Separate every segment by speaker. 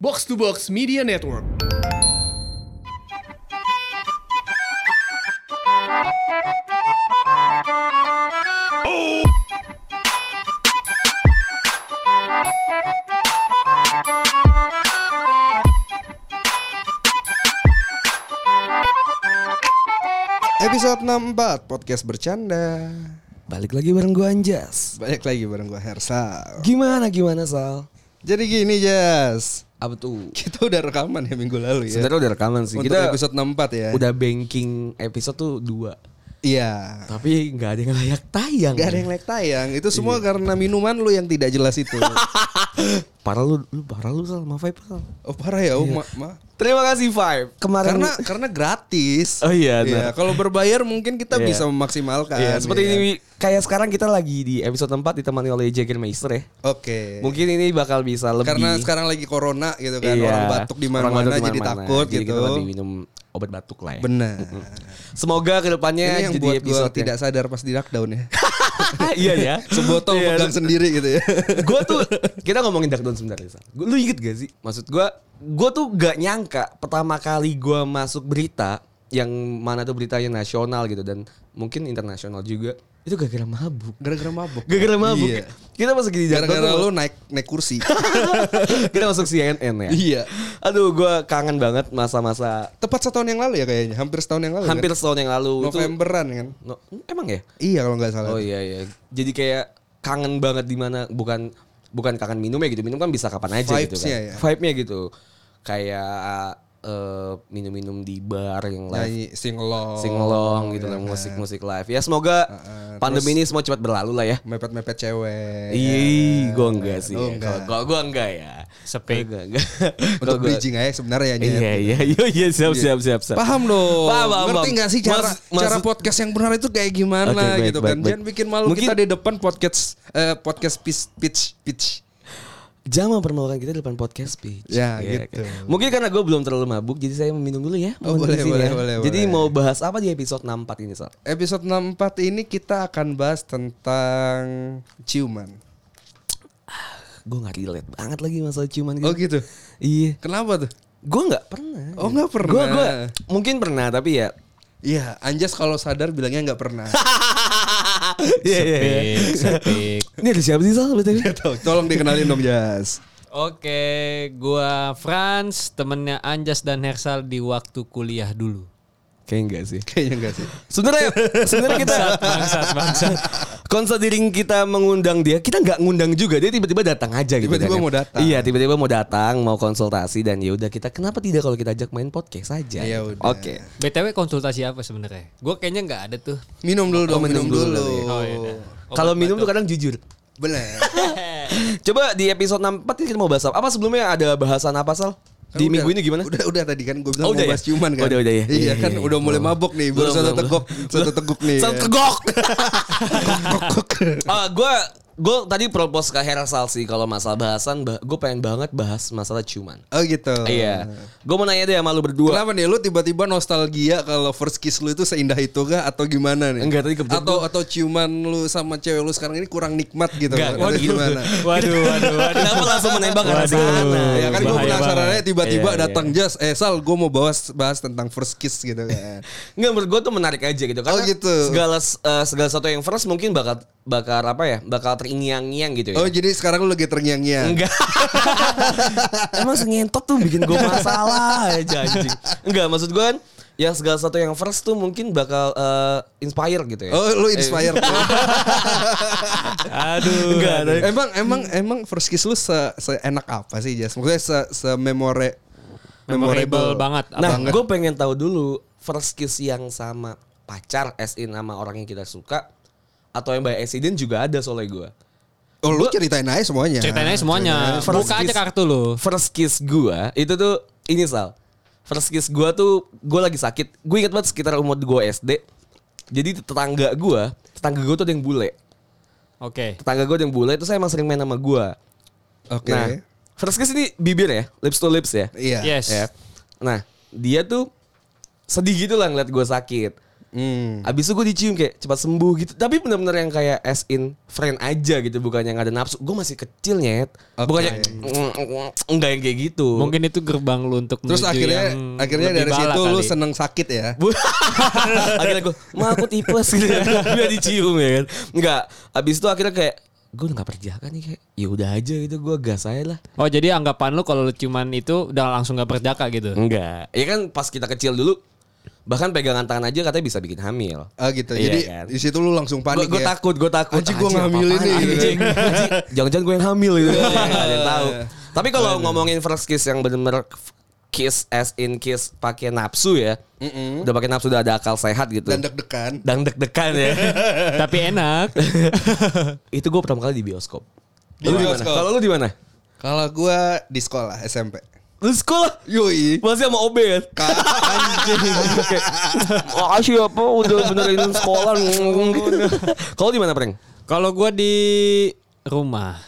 Speaker 1: Box to Box Media Network.
Speaker 2: Episode 64 podcast bercanda.
Speaker 3: Balik lagi bareng gue Anjas.
Speaker 2: Balik lagi bareng gua Hersal.
Speaker 3: Gimana gimana Sal?
Speaker 2: Jadi gini Jas,
Speaker 3: Apa tuh?
Speaker 2: kita udah rekaman ya minggu lalu ya.
Speaker 3: Sebenarnya udah rekaman sih.
Speaker 2: Untuk
Speaker 3: kita
Speaker 2: episode 64 ya.
Speaker 3: udah banking episode tuh dua.
Speaker 2: Iya.
Speaker 3: Tapi nggak ada yang layak tayang.
Speaker 2: Gak ada yang like tayang. Itu semua
Speaker 3: Iya.
Speaker 2: karena minuman lu yang tidak jelas itu.
Speaker 3: Parah lu, lu parah lu Sal, maaf Vibe Sal.
Speaker 2: oh parah ya, oh, ma, ma.
Speaker 3: Terima kasih Vibe. Iya. Kemarin
Speaker 2: Karena karena gratis.
Speaker 3: Oh iya,
Speaker 2: Iya,
Speaker 3: benar.
Speaker 2: kalau berbayar mungkin kita
Speaker 3: Iya.
Speaker 2: bisa memaksimalkan.
Speaker 3: Iya, seperti
Speaker 2: ya.
Speaker 3: ini kayak sekarang kita lagi di episode 4 ditemani oleh Jagen Meister ya.
Speaker 2: Oke.
Speaker 3: Mungkin ini bakal bisa lebih Iya.
Speaker 2: Karena sekarang lagi corona gitu kan, orang batuk di
Speaker 3: orang
Speaker 2: mana-mana
Speaker 3: batuk di
Speaker 2: jadi
Speaker 3: mana-mana.
Speaker 2: takut
Speaker 3: Jadi
Speaker 2: gitu.
Speaker 3: Kita lebih minum obat batuk lah ya.
Speaker 2: Benar.
Speaker 3: Semoga kedepannya
Speaker 2: Ini yang
Speaker 3: Iya, jadi
Speaker 2: buat gue
Speaker 3: episode ya.
Speaker 2: tidak sadar pas di lockdown ya.
Speaker 3: iya ya.
Speaker 2: Sebotol
Speaker 3: Iya.
Speaker 2: pegang sendiri gitu ya.
Speaker 3: gue tuh kita ngomongin Dark Dawn sebentar Lisa. Gua- Lu inget gak sih? Maksud gue, gue tuh gak nyangka pertama kali gue masuk berita yang mana tuh beritanya nasional gitu dan mungkin internasional juga itu gara-gara mabuk.
Speaker 2: Gara-gara mabuk.
Speaker 3: Gara-gara mabuk.
Speaker 2: Iya.
Speaker 3: Kita masuk di Dark Dawn
Speaker 2: Gara-gara
Speaker 3: tuh-
Speaker 2: lu naik naik kursi.
Speaker 3: kita masuk CNN ya.
Speaker 2: Iya.
Speaker 3: Aduh, gue kangen banget masa-masa
Speaker 2: Tepat setahun yang lalu ya kayaknya, hampir setahun yang lalu.
Speaker 3: hampir
Speaker 2: kan?
Speaker 3: setahun yang lalu itu.
Speaker 2: Novemberan kan.
Speaker 3: No- emang ya?
Speaker 2: Iya kalau nggak salah.
Speaker 3: Oh iya iya. Jadi kayak kangen banget di mana bukan bukan kangen minumnya gitu. Minum kan bisa kapan aja gitu kan.
Speaker 2: Vibes-nya ya.
Speaker 3: Vibe-nya gitu. Kayak eh, minum-minum di bar yang live
Speaker 2: Nyanyi Iya. singelong.
Speaker 3: singelong gitu kan musik-musik live. Ya semoga pandemi ini semua cepat berlalu lah ya.
Speaker 2: Mepet-mepet cewek.
Speaker 3: Iya, gue enggak sih.
Speaker 2: Lu
Speaker 3: ya. Kalau gua gua enggak ya. Sepi. Gua enggak. Kalau
Speaker 2: Untuk
Speaker 3: gua-
Speaker 2: bridging aja sebenarnya ya.
Speaker 3: Iya iya iya iya siap siap siap siap.
Speaker 2: Paham dong.
Speaker 3: Paham, paham,
Speaker 2: Ngerti
Speaker 3: paham.
Speaker 2: nggak sih cara
Speaker 3: Maksud- maksud-
Speaker 2: cara podcast yang benar itu kayak gimana
Speaker 3: Oke, baik,
Speaker 2: gitu
Speaker 3: baik,
Speaker 2: kan.
Speaker 3: baik.
Speaker 2: Jangan bikin malu
Speaker 3: Mungkin-
Speaker 2: kita di depan podcast eh, podcast pitch pitch pitch.
Speaker 3: Jangan mempermalukan kita di depan podcast speech.
Speaker 2: Ya,
Speaker 3: Iya,
Speaker 2: gitu.
Speaker 3: oke. Mungkin karena gue belum terlalu mabuk, jadi saya minum dulu ya.
Speaker 2: Oh,
Speaker 3: Mohon
Speaker 2: boleh,
Speaker 3: izin
Speaker 2: boleh,
Speaker 3: ya.
Speaker 2: boleh,
Speaker 3: Jadi
Speaker 2: boleh.
Speaker 3: mau bahas apa di episode 64 ini, Sal?
Speaker 2: Episode 64 ini kita akan bahas tentang ciuman.
Speaker 3: Gue gak relate banget lagi masalah ciuman gitu.
Speaker 2: Oh gitu.
Speaker 3: Iya.
Speaker 2: Kenapa tuh?
Speaker 3: Gue gak pernah.
Speaker 2: Oh, nggak pernah.
Speaker 3: Gue gua, mungkin pernah, tapi ya...
Speaker 2: Iya, Anjas kalau sadar bilangnya nggak pernah.
Speaker 3: Iya, iya, iya.
Speaker 4: Sepik, sepik.
Speaker 3: Ini ada siapa sih, Sal? BTW?
Speaker 2: Tolong dikenalin dong Jas.
Speaker 4: Oke, gua Franz, temennya Anjas dan Hersal di waktu kuliah dulu.
Speaker 3: Kayaknya enggak sih.
Speaker 2: Kayaknya enggak sih.
Speaker 3: Sebenarnya sebenarnya kita bangsat bangsat. Konsidering kita mengundang dia, kita nggak ngundang juga. Dia tiba-tiba datang aja gitu.
Speaker 2: Tiba-tiba
Speaker 3: kan ya.
Speaker 2: mau datang.
Speaker 3: Iya, tiba-tiba mau datang, mau konsultasi dan ya udah kita kenapa tidak kalau kita ajak main podcast aja.
Speaker 2: Ya
Speaker 3: gitu.
Speaker 2: udah.
Speaker 3: Oke.
Speaker 4: BTW konsultasi apa sebenarnya? Gua kayaknya nggak ada tuh.
Speaker 2: Minum dulu dong, minum,
Speaker 3: minum
Speaker 2: dulu.
Speaker 3: dulu
Speaker 4: Oh, iya, iya. Obat
Speaker 3: Kalau minum tuh
Speaker 4: batuk.
Speaker 3: kadang jujur.
Speaker 2: Bener.
Speaker 3: Coba di episode 64 kita mau bahas apa? Apa sebelumnya ada bahasan apa Sal?
Speaker 2: Kan
Speaker 3: Di
Speaker 2: udah-
Speaker 3: minggu ini gimana?
Speaker 2: Udah udah tadi kan gue bilang
Speaker 3: Oh,
Speaker 2: mau
Speaker 3: udah ya?
Speaker 2: bahas ciuman kan.
Speaker 3: Udah, udah ya.
Speaker 2: Iya
Speaker 3: Iya,
Speaker 2: kan
Speaker 3: iya.
Speaker 2: udah mulai mabok nih, baru
Speaker 3: Belum,
Speaker 2: satu
Speaker 3: belum,
Speaker 2: tegok, satu teguk nih.
Speaker 3: Sal
Speaker 2: kan.
Speaker 3: tegok. Ah, gua gue tadi propose ke Hersal sih kalau masalah bahasan, gue pengen banget bahas masalah ciuman.
Speaker 2: Oh gitu.
Speaker 3: Iya. Gue mau nanya deh sama lu berdua.
Speaker 2: Kenapa nih lu tiba-tiba nostalgia kalau first kiss lu itu seindah itu kah atau gimana nih?
Speaker 3: Enggak, tadi kebetulan
Speaker 2: Atau atau ciuman lu sama cewek lu sekarang ini kurang nikmat gitu kan?
Speaker 3: Enggak,
Speaker 2: Atau
Speaker 3: waduh.
Speaker 2: gimana?
Speaker 4: Waduh, waduh,
Speaker 3: Kenapa langsung menembak ke arah
Speaker 4: Waduh.
Speaker 3: sana?
Speaker 2: Nah, ya kan gue
Speaker 4: Bahaya
Speaker 2: penasaran aja
Speaker 4: banget.
Speaker 2: tiba-tiba
Speaker 3: Iya, iya.
Speaker 2: datang jas, eh Sal gue mau bahas bahas tentang first kiss gitu kan.
Speaker 3: Nggak menurut gue tuh menarik aja gitu karena
Speaker 2: gitu.
Speaker 3: segala eh, segala sesuatu yang first mungkin bakal bakal apa ya bakal teringiang-ngiang gitu ya.
Speaker 2: Oh jadi sekarang lu lagi terngiang-ngiang.
Speaker 3: Enggak. Emang sengentot "Ah, tuh bikin gue masalah aja anjing. Enggak, maksud gue kan ya segala sesuatu yang first tuh mungkin bakal eh, inspire gitu ya.
Speaker 2: Oh lu inspired.
Speaker 4: Aduh.
Speaker 3: Enggak,
Speaker 4: aduh.
Speaker 2: emang emang emang first kiss lu se seenak apa sih Jas? Maksudnya se se memore
Speaker 4: Memorable banget.
Speaker 3: Nah,
Speaker 4: Apa?
Speaker 3: gue pengen tahu dulu first kiss yang sama pacar, as in sama orang yang kita suka, atau yang by accident juga ada soalnya gue.
Speaker 2: Oh lu ceritain aja semuanya.
Speaker 4: ceritain aja semuanya.
Speaker 3: First
Speaker 4: Buka aja
Speaker 3: kiss-
Speaker 4: kartu lu.
Speaker 3: First kiss gue itu tuh ini sal. First kiss gue tuh gue lagi sakit. Gue inget banget sekitar umur gue SD. Jadi tetangga gue, tetangga gue tuh ada yang bule.
Speaker 4: Oke.
Speaker 3: Tetangga gue ada yang bule itu saya emang sering main sama gue.
Speaker 2: Oke.
Speaker 3: Nah, first kiss ini bibir ya, lips to lips ya.
Speaker 2: Iya.
Speaker 4: Yes.
Speaker 3: Ya. Nah, dia tuh sedih gitu lah ngeliat gue sakit.
Speaker 2: Hmm.
Speaker 3: Abis itu gue dicium kayak cepat sembuh gitu. Tapi benar-benar yang kayak as in friend aja gitu, bukan yang ada nafsu. Gue masih kecil nyet.
Speaker 2: Oke.
Speaker 3: Bukannya "Mm, enggak yang kayak gitu.
Speaker 4: Mungkin itu gerbang lu untuk
Speaker 2: Terus
Speaker 4: menuju
Speaker 2: akhirnya
Speaker 4: Gitu yang
Speaker 2: akhirnya
Speaker 4: lebih
Speaker 2: dari
Speaker 4: bala
Speaker 2: situ lu
Speaker 4: kali.
Speaker 2: seneng sakit ya.
Speaker 3: Bu- akhirnya gue, ma aku tipes gitu. Gue dicium ya kan. Enggak. Abis itu akhirnya kayak gue nggak kerja kan nih kayak ya udah aja gitu gue gas aja lah
Speaker 4: Oh jadi anggapan lu kalau lu cuman itu udah langsung gak berdaka gitu.
Speaker 3: enggak ya kan pas kita kecil dulu bahkan pegangan tangan aja katanya bisa bikin hamil
Speaker 2: Ah gitu.
Speaker 3: Iya
Speaker 2: Jadi
Speaker 3: kan.
Speaker 2: di situ lu langsung
Speaker 3: Gue
Speaker 2: panik ya.
Speaker 3: takut, gue takut.
Speaker 2: Anjing, gua
Speaker 3: Anjing,
Speaker 2: ngambil ini,
Speaker 3: apa-apaan,
Speaker 2: gitu.
Speaker 3: anjing. Anjing, Jangan-jangan gue yang hamil gitu. Nggak ada yang tahu. Tapi kalau ngomongin first kiss yang bener-bener f- kiss as in kiss pakai nafsu ya. Udah pakai nafsu udah ada akal sehat gitu.
Speaker 2: Dan deg-degan.
Speaker 3: Dan deg-degan ya.
Speaker 4: Tapi enak.
Speaker 3: Itu gue pertama kali di bioskop.
Speaker 2: Di
Speaker 3: Lu di mana?
Speaker 2: bioskop.
Speaker 3: Kalau lu di mana?
Speaker 2: Kalau gua di sekolah SMP.
Speaker 3: Lu sekolah.
Speaker 2: Yoi.
Speaker 3: Masih sama OB kan? Oke. Makasih ya, Pak, udah benerin sekolah. Kalau di mana, Preng?
Speaker 4: Kalau gua di rumah.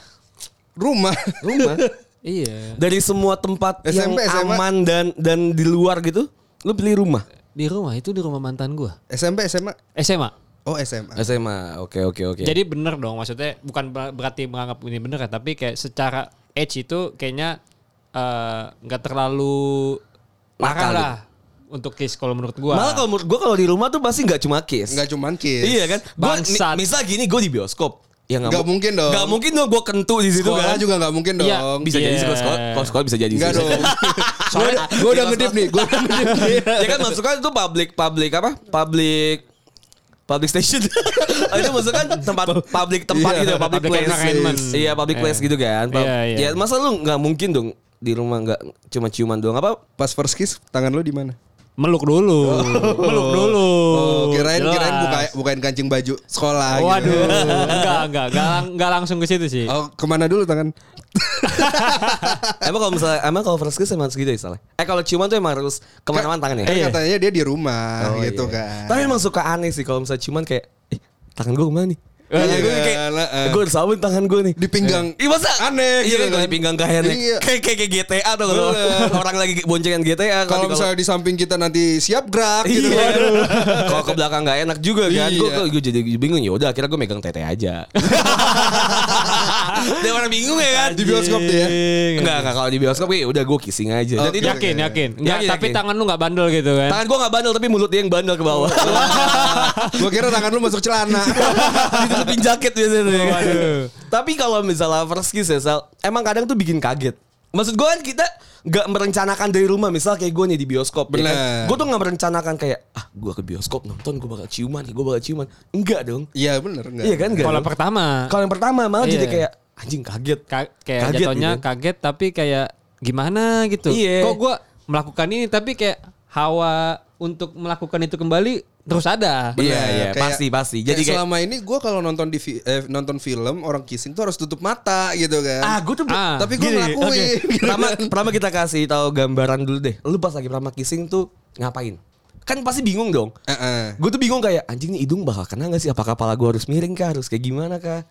Speaker 2: Rumah.
Speaker 3: Rumah.
Speaker 4: Iya.
Speaker 3: dari semua tempat yang
Speaker 2: SMP, SMA.
Speaker 3: aman dan dan di luar gitu lu pilih rumah
Speaker 4: Di rumah itu di rumah mantan gua.
Speaker 2: SMP SMA.
Speaker 4: SMA.
Speaker 2: Oh SMA.
Speaker 3: SMA oke oke oke
Speaker 4: Jadi bener dong maksudnya bukan ber- berarti menganggap ini bener ya, tapi kayak secara edge itu kayaknya eh, nggak terlalu
Speaker 3: Nakal
Speaker 4: parah
Speaker 3: gitu.
Speaker 4: lah untuk case kalau menurut gua.
Speaker 3: malah kalau menurut gue kalau di rumah tuh pasti nggak cuma kiss
Speaker 2: Enggak cuman kiss.
Speaker 3: iya kan gua,
Speaker 4: Bangsat.
Speaker 3: mi- misal gini gue di bioskop ya
Speaker 2: Nggak
Speaker 3: mu-
Speaker 2: mungkin dong.
Speaker 3: nggak mungkin dong gue kentu di situ
Speaker 2: Sekolah
Speaker 3: kan
Speaker 2: juga nggak mungkin
Speaker 4: Iya,
Speaker 2: dong.
Speaker 3: bisa jadi
Speaker 4: Iya.
Speaker 3: sih kalau sekolah kalau sekolah bisa jadi
Speaker 2: Enggak
Speaker 3: sih.
Speaker 2: dong. Soalnya gue udah ngedip nih. Gue udah ngedip nih.
Speaker 3: ya kan maksud kan itu public public apa public public station Oh, itu maksud kan tempat public tempat
Speaker 2: Iya,
Speaker 3: gitu public,
Speaker 4: public
Speaker 3: place
Speaker 4: entertainment.
Speaker 3: iya public place gitu kan Pub-
Speaker 4: Iya, iya.
Speaker 3: ya masa lu nggak mungkin dong di rumah nggak cuma ciuman doang apa
Speaker 2: Pas first kiss tangan lu di mana?
Speaker 4: meluk dulu, meluk dulu.
Speaker 2: Oh, kirain
Speaker 4: Jelas.
Speaker 2: kirain buka, bukain kancing baju sekolah gitu.
Speaker 4: Waduh, enggak, enggak, enggak, lang- enggak langsung ke situ sih.
Speaker 2: Oh, kemana dulu tangan?
Speaker 3: emang kalau misalnya emang kalau first kiss emang harus gitu ya salah eh kalau ciuman tuh emang harus kemana-mana tangannya
Speaker 2: Kan katanya dia di rumah
Speaker 3: Iya. Oh,
Speaker 2: gitu kan.
Speaker 3: iya. tapi emang suka aneh sih kalau misalnya ciuman kayak eh, tangan gue kemana nih
Speaker 2: Iya
Speaker 3: Tangan gua
Speaker 2: kan,
Speaker 3: kayak,
Speaker 2: heeh.
Speaker 3: gue harus sabun tangan gue nih
Speaker 2: di pinggang.
Speaker 3: Iya masa
Speaker 2: Aneh gitu
Speaker 3: Iya kan kalau
Speaker 2: kan.
Speaker 3: di pinggang kayaknya
Speaker 2: Iya.
Speaker 3: Kayak kayak kayak GTA tuh kalau orang lagi boncengan GTA
Speaker 2: Kalau misalnya di samping kita nanti siap gerak
Speaker 3: Iya.
Speaker 2: gitu kan.
Speaker 3: Kalau ke belakang gak enak juga kan. Gue
Speaker 2: Iya.
Speaker 3: gue jadi bingung ya udah akhirnya gue megang tete aja. Dia orang bingung ya kan.
Speaker 2: Di bioskop tuh ya.
Speaker 3: Enggak enggak kalau di bioskop ya udah gue kissing aja. Dan
Speaker 2: Oke.
Speaker 3: itu
Speaker 4: Yakin, yakin. Enggak,
Speaker 3: Yakin,
Speaker 4: tapi
Speaker 3: yakin.
Speaker 4: tangan lu enggak bandel gitu kan.
Speaker 3: tangan gue gak bandel tapi mulut dia yang bandel ke bawah.
Speaker 2: Gua kira tangan lu masuk celana.
Speaker 3: Ditutupin jaket biasanya. ya kan?
Speaker 4: Waduh.
Speaker 3: Tapi kalau misalnya first kiss ya Sal, emang kadang tuh bikin kaget. Maksud gue kan kita nggak merencanakan dari rumah misal kayak gue nih di bioskop ya kan?
Speaker 2: Bener.
Speaker 3: gue tuh nggak merencanakan kayak ah gue ke bioskop nonton gue bakal ciuman gue bakal ciuman enggak dong
Speaker 2: Iya bener enggak?
Speaker 3: iya kan enggak
Speaker 4: Kalau
Speaker 3: dong?
Speaker 4: pertama,
Speaker 3: Kalau yang pertama malah
Speaker 4: Iya.
Speaker 3: jadi kayak anjing kaget.
Speaker 4: Ka- kayak
Speaker 3: Kaget
Speaker 4: jatuhnya
Speaker 3: gitu.
Speaker 4: kaget tapi kayak gimana gitu.
Speaker 3: Iya.
Speaker 4: Kok gua melakukan ini tapi kayak hawa untuk melakukan itu kembali terus ada.
Speaker 3: Iya,
Speaker 2: Bener.
Speaker 3: iya,
Speaker 2: Kayak-
Speaker 3: pasti, pasti. Jadi
Speaker 2: Jadi
Speaker 3: kayak-
Speaker 2: selama ini gua kalau nonton di fi- eh, nonton film orang kissing tuh harus tutup mata gitu kan.
Speaker 3: Ah, gue tuh
Speaker 4: Ah.
Speaker 2: Tapi gua
Speaker 3: Gini,
Speaker 2: ngelakuin.
Speaker 3: oke.
Speaker 2: Gitu
Speaker 3: Pertama,
Speaker 2: kan.
Speaker 3: pertama kita kasih tahu gambaran dulu deh. Lu pas lagi pertama kissing tuh ngapain? Kan pasti bingung dong.
Speaker 2: Heeh.
Speaker 3: Gue tuh bingung kayak anjing nih hidung bakal kena gak sih? Apakah kepala gue harus miring kah? Harus kayak gimana kah?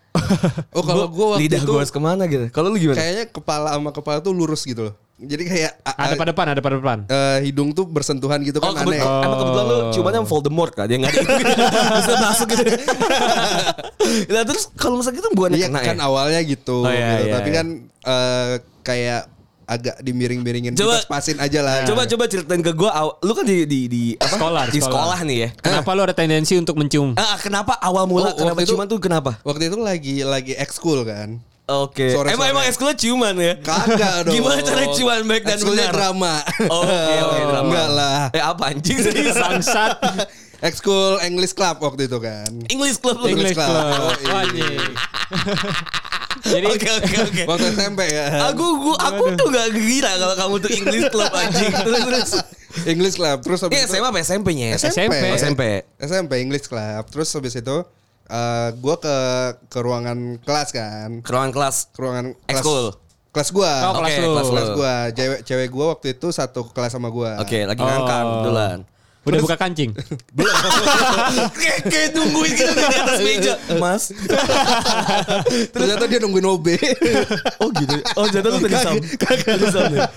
Speaker 2: Oh, kalau
Speaker 3: Gua-
Speaker 2: gua waktu
Speaker 3: lidah
Speaker 2: itu-
Speaker 3: gue harus kemana gitu? Kalau lu gimana?
Speaker 2: Kayaknya kepala sama kepala tuh lurus gitu loh. Jadi kayak a-
Speaker 4: Ada
Speaker 2: a-
Speaker 4: pada depan, ada pada depan.
Speaker 2: eh, hidung tuh bersentuhan gitu
Speaker 3: Oh,
Speaker 2: kan
Speaker 3: kebe-
Speaker 2: aneh.
Speaker 3: emang kebetulan Oh. lu cuman yang Voldemort kan? Dia gak ada Bisa masuk gitu. nah terus kalau misalnya gitu bukan
Speaker 2: Iya
Speaker 3: kena
Speaker 2: kan
Speaker 3: ya?
Speaker 2: awalnya gitu,
Speaker 3: Oh, iya,
Speaker 2: gitu.
Speaker 3: iya,
Speaker 2: tapi
Speaker 3: iya.
Speaker 2: kan eh, kayak agak dimiring-miringin
Speaker 3: Coba-
Speaker 2: kita spasin aja lah.
Speaker 3: Coba coba ceritain ke gue, lu kan di di di apa?
Speaker 4: Sekolah,
Speaker 3: di sekolah.
Speaker 4: sekolah.
Speaker 3: nih ya.
Speaker 4: Kenapa lu ada tendensi untuk mencium?
Speaker 3: Ah, kenapa awal
Speaker 2: Oh,
Speaker 3: mula kenapa
Speaker 2: waktu itu-
Speaker 3: ciuman tuh kenapa?
Speaker 2: Waktu itu lagi lagi ekskul kan.
Speaker 3: Oke.
Speaker 2: Sore-sore.
Speaker 3: Emang emang ekskulnya ciuman ya?
Speaker 2: Kagak dong.
Speaker 3: Gimana cara ciuman baik dan
Speaker 2: Ekskulnya
Speaker 3: benar?
Speaker 2: drama.
Speaker 3: Oh, oke, oke, drama.
Speaker 2: Enggak lah.
Speaker 3: Eh apa anjing sih?
Speaker 4: Bangsat
Speaker 2: Ekskul English Club waktu itu kan.
Speaker 3: English club lu.
Speaker 4: English
Speaker 2: Club.
Speaker 3: Oh,
Speaker 2: Yoi.
Speaker 4: Club. Oh,
Speaker 3: iya.
Speaker 4: Anjing. Jadi
Speaker 3: Oke oke oke.
Speaker 2: Waktu SMP kan.
Speaker 3: Iya. Aku gua aku tuh gak gila kalau kamu tuh English club anjing. Terus terus.
Speaker 2: English Club. Terus
Speaker 3: Ini
Speaker 2: habis itu
Speaker 3: SMA apa SMP-nya ya?
Speaker 4: SMP.
Speaker 3: SMP.
Speaker 2: SMP English Club. Terus habis itu eh, gua ke ke ruangan kelas kan.
Speaker 3: Ke ruangan kelas.
Speaker 2: Ke ruangan kelas.
Speaker 3: Ekskul.
Speaker 2: Kelas gua.
Speaker 4: Oh, kelas
Speaker 3: Oke,
Speaker 4: lu.
Speaker 3: kelas lu.
Speaker 2: kelas gua. Cewek cewek gua waktu itu satu kelas sama gua.
Speaker 3: Oke, lagi
Speaker 4: Oh.
Speaker 3: ngangkang dolan.
Speaker 4: udah buka kancing.
Speaker 3: Kayak kayak nungguin gitu di atas meja. Mas.
Speaker 2: Ternyata dia nungguin OB.
Speaker 3: Oh gitu. Oh jatuh lu terisam. Terisam ya?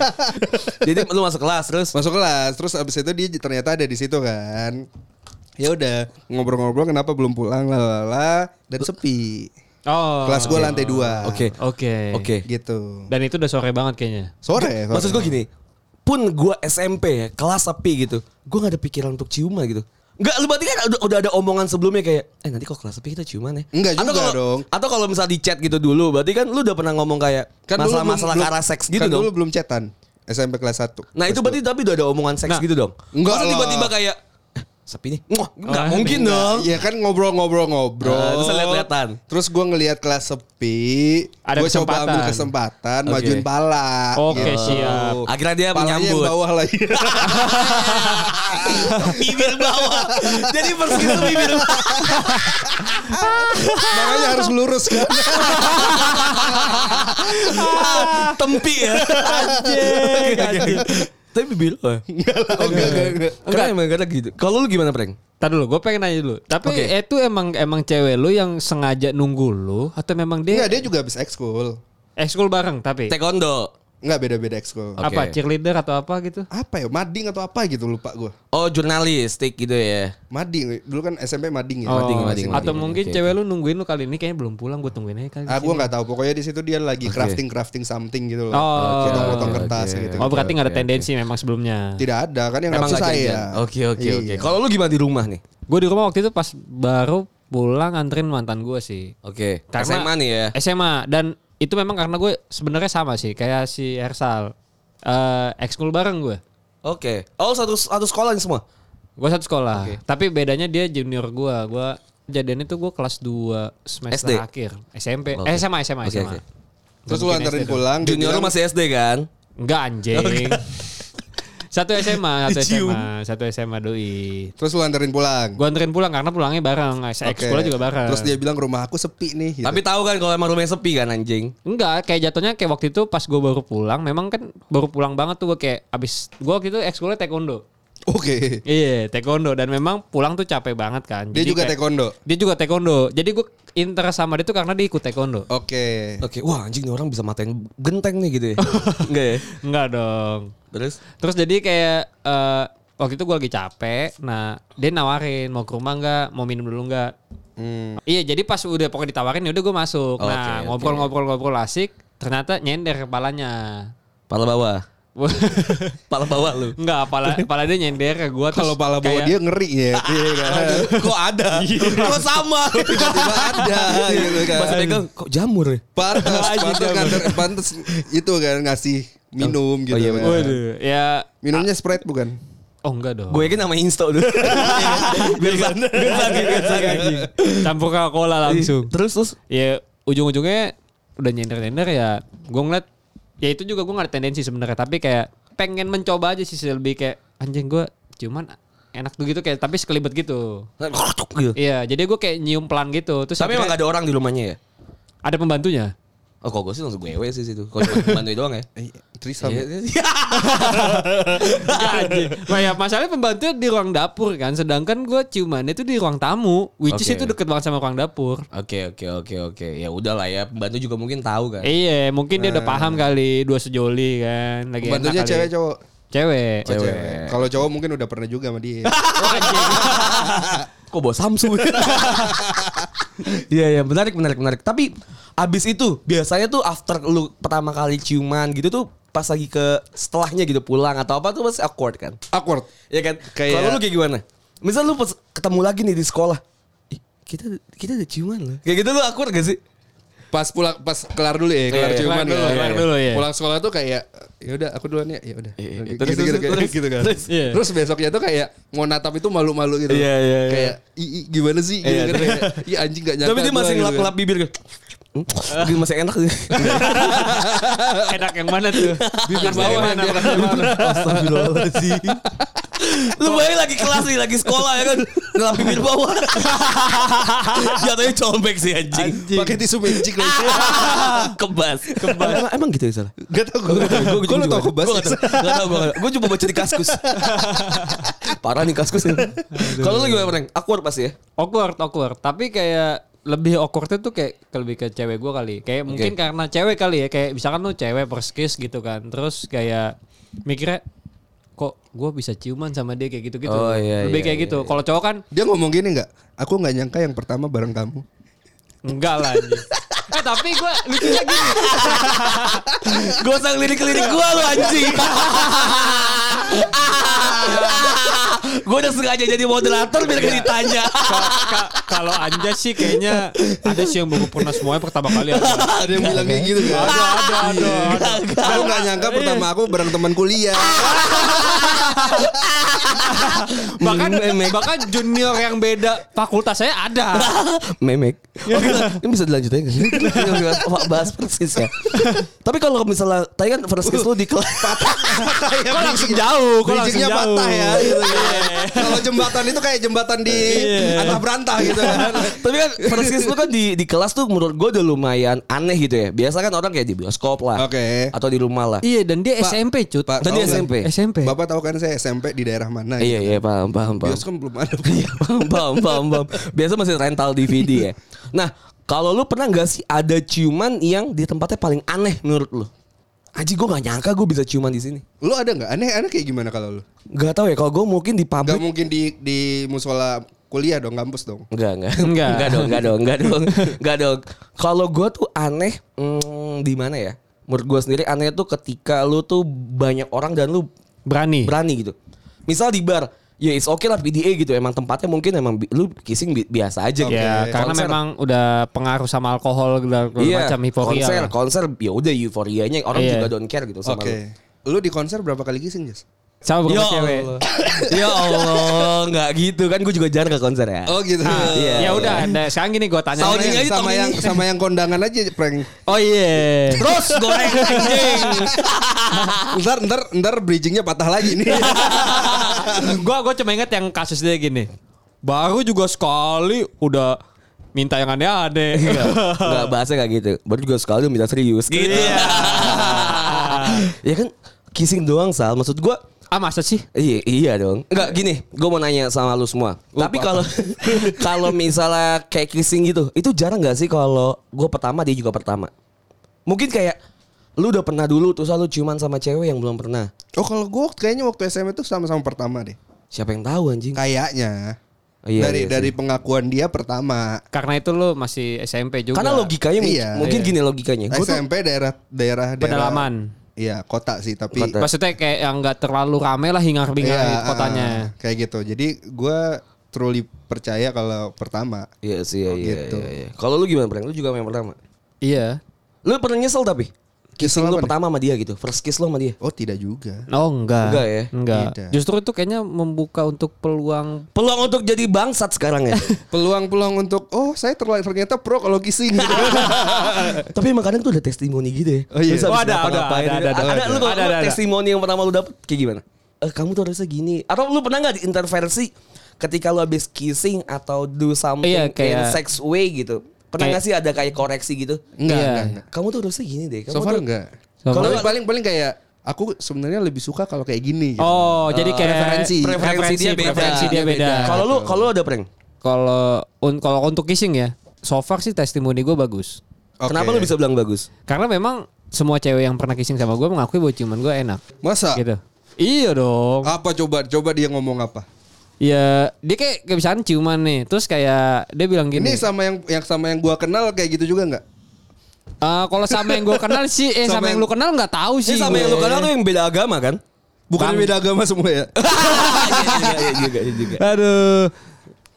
Speaker 3: Jadi lu masuk kelas terus.
Speaker 2: Masuk kelas, terus abis itu dia ternyata ada di situ kan. ya udah ngobrol-ngobrol kenapa belum pulang lalala dan sepi
Speaker 4: Oh.
Speaker 2: kelas gue lantai dua
Speaker 3: Oke.
Speaker 4: Oke.
Speaker 3: Oke.
Speaker 2: gitu
Speaker 4: Dan itu udah sore banget kayaknya.
Speaker 2: sore
Speaker 3: Maksud
Speaker 2: sore.
Speaker 3: gue gini, pun gue SMP ya, kelas sepi gitu. Gue gak ada pikiran untuk ciuman gitu. Enggak, lu berarti kan udah, udah ada omongan sebelumnya kayak, eh nanti kalau kelas sepi kita ciuman ya.
Speaker 2: Enggak
Speaker 3: atau
Speaker 2: juga
Speaker 3: kalau,
Speaker 2: dong.
Speaker 3: Atau kalau misalnya di chat gitu dulu, berarti kan lu udah pernah ngomong kayak
Speaker 2: Kan dulu belum-
Speaker 3: masalah-masalah ke
Speaker 2: belum-
Speaker 3: arah seks gitu
Speaker 2: kan
Speaker 3: dong.
Speaker 2: dulu belum cetan SMP kelas 1
Speaker 3: Nah itu berarti tapi udah ada omongan seks
Speaker 4: Nah,
Speaker 3: gitu dong.
Speaker 2: enggak
Speaker 3: Masa
Speaker 2: lah.
Speaker 3: tiba-aba kayak "Eh, sepi nih. Wah, enggak
Speaker 4: Oh,
Speaker 3: mungkin dong.
Speaker 2: Iya kan ngobrol-ngobrol-ngobrol.
Speaker 3: Ah, terus liat-liatan.
Speaker 2: Terus gue ngelihat kelas sepi.
Speaker 4: Ada
Speaker 2: Gue coba ambil kesempatan,
Speaker 4: kesempatan.
Speaker 3: Oke.
Speaker 2: majuin pala. gitu.
Speaker 4: Oke, siap.
Speaker 3: Akhirnya dia
Speaker 2: Palanya yang
Speaker 3: menyambut.
Speaker 2: bawah lagi.
Speaker 3: bibir bawah. Jadi persis itu bibir bawah.
Speaker 2: Makanya harus lurus kan.
Speaker 3: Tempi ya. Anjing, anjing. Tapi bibir lo. ya. Enggak
Speaker 2: enggak, enggak, enggak.
Speaker 3: Enggak emang enggak gitu. Kalau lu gimana, Prank?
Speaker 4: Tadi dulu, gue pengen nanya dulu. Tapi
Speaker 3: Oke.
Speaker 4: itu emang emang cewek lu yang sengaja nunggu lu atau memang
Speaker 2: Enggak
Speaker 4: dia
Speaker 2: dia juga habis ekskul.
Speaker 4: ekskul bareng
Speaker 2: Iya.
Speaker 4: tapi
Speaker 3: Taekwondo.
Speaker 2: Enggak beda-beda ekskul.
Speaker 3: Oke.
Speaker 4: apa cheerleader atau apa gitu?
Speaker 2: Apa ya? Mading atau apa gitu lupa gue.
Speaker 3: Oh, jurnalistik gitu ya.
Speaker 2: Mading. Dulu kan SMP Mading ya.
Speaker 4: Oh,
Speaker 3: mading, mading,
Speaker 4: atau
Speaker 3: mading.
Speaker 4: mungkin
Speaker 3: Oke,
Speaker 4: cewek lu nungguin lu kali ini kayaknya belum pulang gue tungguin aja kali. di
Speaker 2: Ah, gue
Speaker 4: sini.
Speaker 2: nggak tahu. Pokoknya di situ dia lagi
Speaker 3: Oke.
Speaker 2: crafting crafting something gitu loh.
Speaker 4: Oh.
Speaker 2: Potong-potong
Speaker 3: Oke,
Speaker 2: kertas
Speaker 3: oke.
Speaker 2: gitu.
Speaker 4: Oh berarti nggak ada
Speaker 3: Oke, oke.
Speaker 4: tendensi memang sebelumnya.
Speaker 2: Tidak ada kan yang
Speaker 3: Emang
Speaker 2: nafsu
Speaker 3: enggak
Speaker 2: saya.
Speaker 3: Oke, oke,
Speaker 2: Iya.
Speaker 3: oke. Kalau lu gimana di rumah nih?
Speaker 4: Gue di rumah waktu itu pas baru pulang anterin mantan gue sih.
Speaker 3: Oke.
Speaker 4: Karena-
Speaker 3: SMA nih ya.
Speaker 4: SMA dan itu memang karena gue sebenarnya sama sih kayak si Ersal. Eh ekskul bareng gue.
Speaker 3: Oke. Oh, satu satu sekolah nih semua.
Speaker 4: Gue satu sekolah. Tapi bedanya dia junior gue. Gue jadian itu gue kelas 2 semester
Speaker 3: SD?
Speaker 4: akhir. SMP.
Speaker 3: Oke.
Speaker 4: Eh, SMA, SMA,
Speaker 3: Oke,
Speaker 4: SMA.
Speaker 3: oke.
Speaker 2: Terus lu anterin pulang. dia
Speaker 3: Junior lu
Speaker 2: bilang,
Speaker 3: masih SD kan?
Speaker 4: Enggak anjing. satu SMA, satu
Speaker 3: Dicium.
Speaker 4: SMA, satu SMA doi.
Speaker 2: Terus lu anterin pulang.
Speaker 4: Gue anterin pulang karena pulangnya bareng. nah, Saya
Speaker 2: Oke.
Speaker 4: sekolah juga bareng.
Speaker 2: Terus dia bilang rumah aku sepi nih. gitu.
Speaker 3: Tapi tahu kan kalau emang rumahnya sepi kan anjing.
Speaker 4: Enggak, kayak jatuhnya kayak waktu itu pas gue baru pulang, memang kan baru pulang banget tuh gue kayak abis gue waktu itu ekskulnya taekwondo.
Speaker 2: oke.
Speaker 4: Iya, taekwondo dan memang pulang tuh capek banget kan.
Speaker 2: Dia
Speaker 4: Jadi
Speaker 2: juga
Speaker 4: kayak-
Speaker 2: taekwondo.
Speaker 4: Dia juga taekwondo. Jadi gue interest sama dia tuh karena dia ikut taekwondo.
Speaker 2: Oke.
Speaker 3: Oke, wah anjing nih orang bisa matain genteng nih gitu ya. Enggak ya?
Speaker 4: Enggak dong.
Speaker 3: Terus
Speaker 4: Terus jadi kayak eh, waktu itu gue lagi capek. Nah dia nawarin mau ke rumah nggak, mau minum dulu nggak.
Speaker 2: Hmm.
Speaker 4: Iya jadi pas udah pokoknya ditawarin ya udah gue masuk.
Speaker 3: Oke,
Speaker 4: nah
Speaker 3: oke.
Speaker 4: ngobrol-ngobrol-ngobrol asik. Ternyata nyender kepalanya.
Speaker 3: pala bawah. Pala bawah lu.
Speaker 4: Enggak, kepala, kepala dia nyender ke gue.
Speaker 2: Kalau pala bawah dia ngeri ya. Iya kan?
Speaker 3: Kok ada?
Speaker 2: Iya.
Speaker 3: Kok sama?
Speaker 2: Tiba-tiba ada gitu kan.
Speaker 3: Pas pegang kok jamur ya?
Speaker 2: Pantes, pantes, nganter- pantes itu kan ngasih minum gitu.
Speaker 3: iya,
Speaker 2: kan.
Speaker 3: bener.
Speaker 4: Waduh, ya
Speaker 2: Minumnya Sprite bukan?
Speaker 4: Oh enggak dong.
Speaker 3: Gue yakin nama Insta dulu. Iya. biar santai, biar santai, biar santai.
Speaker 4: campur Coca-Cola
Speaker 2: Iya.
Speaker 4: langsung.
Speaker 3: Terus terus
Speaker 4: ya ujung-ujungnya udah nyender-nyender ya gue ngeliat ya itu juga gue gak ada tendensi sebenarnya tapi kayak pengen mencoba aja sih lebih kayak anjing gue cuman enak tuh gitu kayak tapi sekelibet gitu
Speaker 3: gitu.
Speaker 4: iya jadi gue kayak nyium pelan gitu terus
Speaker 3: Tapi emang
Speaker 4: akhirnya
Speaker 3: gak ada orang di rumahnya ya?
Speaker 4: ada pembantunya
Speaker 3: Oh kok gue sih langsung gue sih situ. Kalau cuma bantuin doang ya. iya.
Speaker 2: Eh, Trisam.
Speaker 4: Iya, Anjing. Nah, ya, masalahnya pembantunya di ruang dapur kan sedangkan gue ciumannya tuh di ruang tamu which is
Speaker 3: Oke.
Speaker 4: itu deket banget sama ruang dapur
Speaker 3: Oke oke oke oke. Ya udah lah ya. Pembantu juga mungkin tahu kan.
Speaker 4: Iya, mungkin dia udah paham kali dua sejoli kan, lagi
Speaker 2: Bantunya
Speaker 4: enak kali.
Speaker 2: cewek cowok.
Speaker 4: Cewek.
Speaker 2: Oh, cewek. Kalau cowok mungkin udah pernah juga sama dia.
Speaker 3: Kok bawa Samsung? Iya ya menarik menarik menarik. Tapi abis itu biasanya tuh after lu pertama kali ciuman gitu tuh pas lagi ke setelahnya gitu pulang atau apa tuh pasti awkward kan?
Speaker 2: Awkward.
Speaker 3: Ya kan?
Speaker 2: Kayak-
Speaker 3: Kalau lu kayak gimana? Misal lu pas ketemu lagi nih di sekolah. Ih, kita kita ada ciuman loh. Kayak gitu lu awkward gak sih?
Speaker 2: Pas pulang pas kelar dulu ya, kelar
Speaker 3: Iya, iya.
Speaker 2: ciuman
Speaker 4: Kelar
Speaker 2: dulu.
Speaker 4: dulu,
Speaker 2: Iya,
Speaker 4: kelar
Speaker 2: iya.
Speaker 4: dulu, iya.
Speaker 2: Pulang sekolah tuh kayak ya udah aku duluan ya, ya udah.
Speaker 3: Iya, iya.
Speaker 2: Gitu,
Speaker 3: Terus,
Speaker 2: gitu,
Speaker 3: terus,
Speaker 2: kayak
Speaker 3: terus,
Speaker 2: gitu kan.
Speaker 3: terus,
Speaker 4: iya.
Speaker 2: Terus besoknya tuh kayak mau natap itu malu-malu gitu.
Speaker 3: Iya, iya, iya.
Speaker 2: Kayak "Ih, ih, gimana sih gitu
Speaker 3: Iya,
Speaker 2: kan.
Speaker 3: iya.
Speaker 2: Kayak, Ih anjing gak nyangka.
Speaker 3: Tapi
Speaker 2: gua,"
Speaker 3: dia masih
Speaker 2: gitu kan.
Speaker 3: ngelap-ngelap bibir gitu. Hmm, Gitu masih enak sih.
Speaker 4: Enak yang mana tuh? Bibir
Speaker 2: bawah
Speaker 4: mana?
Speaker 2: yang
Speaker 4: Bekas yang mana?
Speaker 3: Astagfirullahaladzim. Lu bayangin lagi kelas nih, lagi sekolah ya kan. Ngelap bibir bawah. Jatuhnya combek sih anjing.
Speaker 2: Pakai tisu magic lagi.
Speaker 3: Kebas. Kebas. Emang, emang gitu ya salah?
Speaker 2: Gak tau gue. Gue lu tau kebas.
Speaker 3: Gue tau, gue Gue cuma baca di kaskus. Parah nih kaskus ya. Kalau lu gimana, Frank? Awkward pasti ya?
Speaker 4: awkward, awkward. Tapi kayak lebih awkwardnya tuh kayak ke- lebih ke cewek gua kali. Kayak mungkin karena cewek kali ya. Kayak misalkan lu cewek perskis gitu kan. Terus kayak mikirnya kok gue bisa ciuman sama dia kayak gitu-gitu.
Speaker 3: Oh, iya,
Speaker 4: Lebih
Speaker 3: iya,
Speaker 4: kayak
Speaker 3: iya,
Speaker 4: gitu. Kalau cowok kan
Speaker 2: Dia ngomong gini nggak? Aku nggak nyangka yang pertama bareng kamu.
Speaker 4: enggak lah. anjing. eh tapi gue lucunya gini.
Speaker 3: Gak usah ngelirik-ngelirik gue lu anjing Gue udah sengaja jadi moderator biar gak ditanya
Speaker 4: Ka- ka- Kalau Anja sih kayaknya ada sih yang baru pernah semuanya pertama kali. Anja.
Speaker 2: Ada yang bilang kayak gitu kan? Ada,
Speaker 3: Iya,
Speaker 2: ada, ada. Aku nggak nyangka pertama aku bareng teman kuliah.
Speaker 4: bahkan
Speaker 3: Memek.
Speaker 4: bahkan junior yang beda fakultas saya ada
Speaker 3: Memek
Speaker 2: Iya.
Speaker 3: Oke lah, ini bisa dilanjutin gak sih? Pak, Bahas persis ya Tapi kalau misalnya Tadi kan first kiss lu di kelas
Speaker 4: kok langsung jauh kok langsung
Speaker 2: Bridgingnya
Speaker 4: jauh Iya.
Speaker 2: patah ya. Gitu, kan. Kalau jembatan itu kayak jembatan di antah berantah gitu kan.
Speaker 3: Tapi kan first kiss lu kan di, di kelas tuh menurut gue udah lumayan aneh gitu ya Biasa kan orang kayak di bioskop lah
Speaker 2: Oke.
Speaker 3: Atau di rumah lah
Speaker 4: iya dan dia SMP cut
Speaker 2: Pak, tahu
Speaker 3: Tadi
Speaker 2: nggak?
Speaker 3: SMP.
Speaker 4: SMP
Speaker 2: Bapak tahu kan saya SMP di daerah mana?
Speaker 3: Iya iya paham paham paham
Speaker 2: Bioskop belum ada.
Speaker 3: Iya, paham, paham, paham, paham. Biasa masih rental DVD ya. Nah, kalau lu pernah nggak sih ada ciuman yang di tempatnya paling aneh menurut lu? Aji gue nggak nyangka gue bisa ciuman di sini.
Speaker 2: Lu ada nggak? Aneh-aneh kayak gimana kalau lu?
Speaker 3: Gak tahu ya kalau gue mungkin di
Speaker 2: Gak
Speaker 3: pabrik.
Speaker 2: mungkin di di musola kuliah dong, kampus dong.
Speaker 3: Enggak, enggak.
Speaker 4: Nggak.
Speaker 3: Enggak dong, enggak dong, enggak dong. Enggak dong. Kalau gue tuh aneh hmm, di mana ya? Menurut gue sendiri aneh tuh ketika lu tuh banyak orang dan lu
Speaker 4: berani
Speaker 3: berani gitu. Misal di bar, ya it's okay lah PDA gitu. Emang tempatnya mungkin emang bi- lu kissing bi- biasa aja gitu.
Speaker 4: ya
Speaker 2: Oke.
Speaker 4: karena
Speaker 3: Konser.
Speaker 4: memang udah pengaruh sama alkohol dan
Speaker 3: Iya,
Speaker 4: macam hiporia
Speaker 3: konser, konser ya udah euforianya orang
Speaker 4: Iya.
Speaker 3: juga don't care gitu sama
Speaker 2: Oke. Lu di konser berapa kali kissing, Jas?
Speaker 4: sama
Speaker 3: lu.
Speaker 4: beberapa
Speaker 3: Ya
Speaker 4: cewek
Speaker 3: Allah. ya Allah, nggak gitu kan gue juga jarang ke konser ya.
Speaker 2: Oh gitu. oh,
Speaker 3: Iya,
Speaker 4: Nah, ya
Speaker 3: iya.
Speaker 4: udah nah, sekarang gini gue tanya
Speaker 2: Sama
Speaker 3: Sounding
Speaker 2: yang,
Speaker 3: aja
Speaker 2: sama
Speaker 3: tahun
Speaker 2: yang
Speaker 3: ini.
Speaker 2: sama yang kondangan aja prank.
Speaker 4: oh iya
Speaker 3: Terus goreng anjing.
Speaker 2: Ntar ntar ntar bridgingnya patah lagi nih.
Speaker 4: gue gue cuma inget yang kasus dia gini baru juga sekali udah minta yang aneh-aneh
Speaker 3: Enggak bahasnya kayak gitu. Baru juga sekali lu minta serius gitu.
Speaker 4: Iya.
Speaker 3: ya kan kissing doang Sal. Maksud gue
Speaker 4: ah masa sih
Speaker 3: Iya, iya dong. Enggak gini, gue mau nanya sama lu semua. Tapi kalau kalau misalnya kayak kissing gitu, itu jarang nggak sih kalau gue pertama dia juga pertama. Mungkin kayak lu udah pernah dulu terus lu ciuman sama cewek yang belum pernah.
Speaker 2: oh kalau gue kayaknya waktu SMA itu sama-sama pertama deh.
Speaker 3: Siapa yang tahu anjing?
Speaker 2: Kayaknya.
Speaker 3: Iya,
Speaker 2: dari
Speaker 3: iya sih.
Speaker 2: dari pengakuan dia pertama.
Speaker 4: karena itu lu masih SMP juga
Speaker 3: Karena logikanya mungkin-
Speaker 2: Iya.
Speaker 3: mungkin
Speaker 4: Iya.
Speaker 3: gini logikanya. Gue Ya, tuh
Speaker 2: SMP daerah daerah daerah-
Speaker 4: Pedalaman.
Speaker 2: Iya, kota sih tapi
Speaker 3: Kota.
Speaker 4: Maksudnya kayak yang nggak terlalu rame lah hingar-bingar
Speaker 2: Iya,
Speaker 4: kotanya.
Speaker 2: ah, kayak gitu. Jadi gua truly percaya kalau pertama.
Speaker 3: Iya sih, iya, iya,
Speaker 2: gitu.
Speaker 3: iya, iya. Kalau lu gimana, Prank? Lu juga yang pertama.
Speaker 4: Iya.
Speaker 3: Lu pernah nyesel tapi?
Speaker 2: Nyesel
Speaker 3: Kissing lu
Speaker 2: apa nih?
Speaker 3: pertama sama dia gitu. First kiss lu sama dia.
Speaker 2: Oh, tidak juga.
Speaker 4: Oh enggak.
Speaker 3: Enggak ya?
Speaker 4: Enggak.
Speaker 2: Tidak.
Speaker 4: Justru itu kayaknya membuka untuk peluang
Speaker 3: Peluang untuk jadi bangsat sekarang ya.
Speaker 2: Peluang-peluang untuk oh, saya terlalu ternyata pro kalau gitu. kissing.
Speaker 3: Tapi emang kadang tuh ada testimoni gitu ya.
Speaker 2: Oh, iya.
Speaker 3: Terus habis
Speaker 4: Oh, ada,
Speaker 3: ngapa-ngapain
Speaker 4: ada,
Speaker 3: gitu.
Speaker 4: ada, ada, ada.
Speaker 3: lu kalau
Speaker 4: Ada, ada, ada.
Speaker 3: testimoni yang pertama lu dapet kayak gimana? Eh, kamu tuh harusnya gini. Atau lu pernah nggak diintervensi ketika lu habis kissing atau do something
Speaker 4: Iya,
Speaker 3: in
Speaker 4: kayak-
Speaker 3: sex way gitu? Pernah
Speaker 4: Kayak-
Speaker 3: nggak sih ada kayak koreksi gitu?
Speaker 2: Enggak,
Speaker 4: Iya.
Speaker 2: enggak, enggak.
Speaker 3: Kamu tuh harusnya gini deh. Kamu
Speaker 2: So far
Speaker 3: tuh-
Speaker 2: enggak.
Speaker 4: So far. iya,
Speaker 2: Kalau paling paling kayak aku sebenarnya lebih suka kalau kayak gini. gitu.
Speaker 4: Oh, jadi kayak
Speaker 2: preferensi.
Speaker 3: Preferensi dia beda.
Speaker 4: preferensi dia beda.
Speaker 3: Kalau lu kalau lu ada prank.
Speaker 4: Kalau un- kalau untuk kissing ya, so far sih testimoni gue bagus.
Speaker 2: Oke.
Speaker 3: Kenapa lu bisa bilang bagus?
Speaker 4: Karena memang semua cewek yang pernah kissing sama gue mengakui bahwa ciuman gue enak.
Speaker 2: Masa?
Speaker 4: Gitu. Iya dong.
Speaker 2: Apa coba coba dia ngomong apa?
Speaker 4: Ya dia kayak kebiasaan ciuman nih. Terus kayak dia bilang gini.
Speaker 2: Ini sama yang yang sama yang gua kenal kayak gitu juga enggak?
Speaker 4: "Eh, kalau sama yang gue kenal sih, eh
Speaker 2: Sama
Speaker 4: sama,
Speaker 2: yang-
Speaker 4: yang lu kenal nggak tahu sih.
Speaker 3: Ini sama yang lu
Speaker 4: gue."
Speaker 3: kenal tuh yang beda agama kan?
Speaker 2: Bukan beda agama semua ya.
Speaker 3: Iya, iya, juga, iya juga.
Speaker 4: Aduh.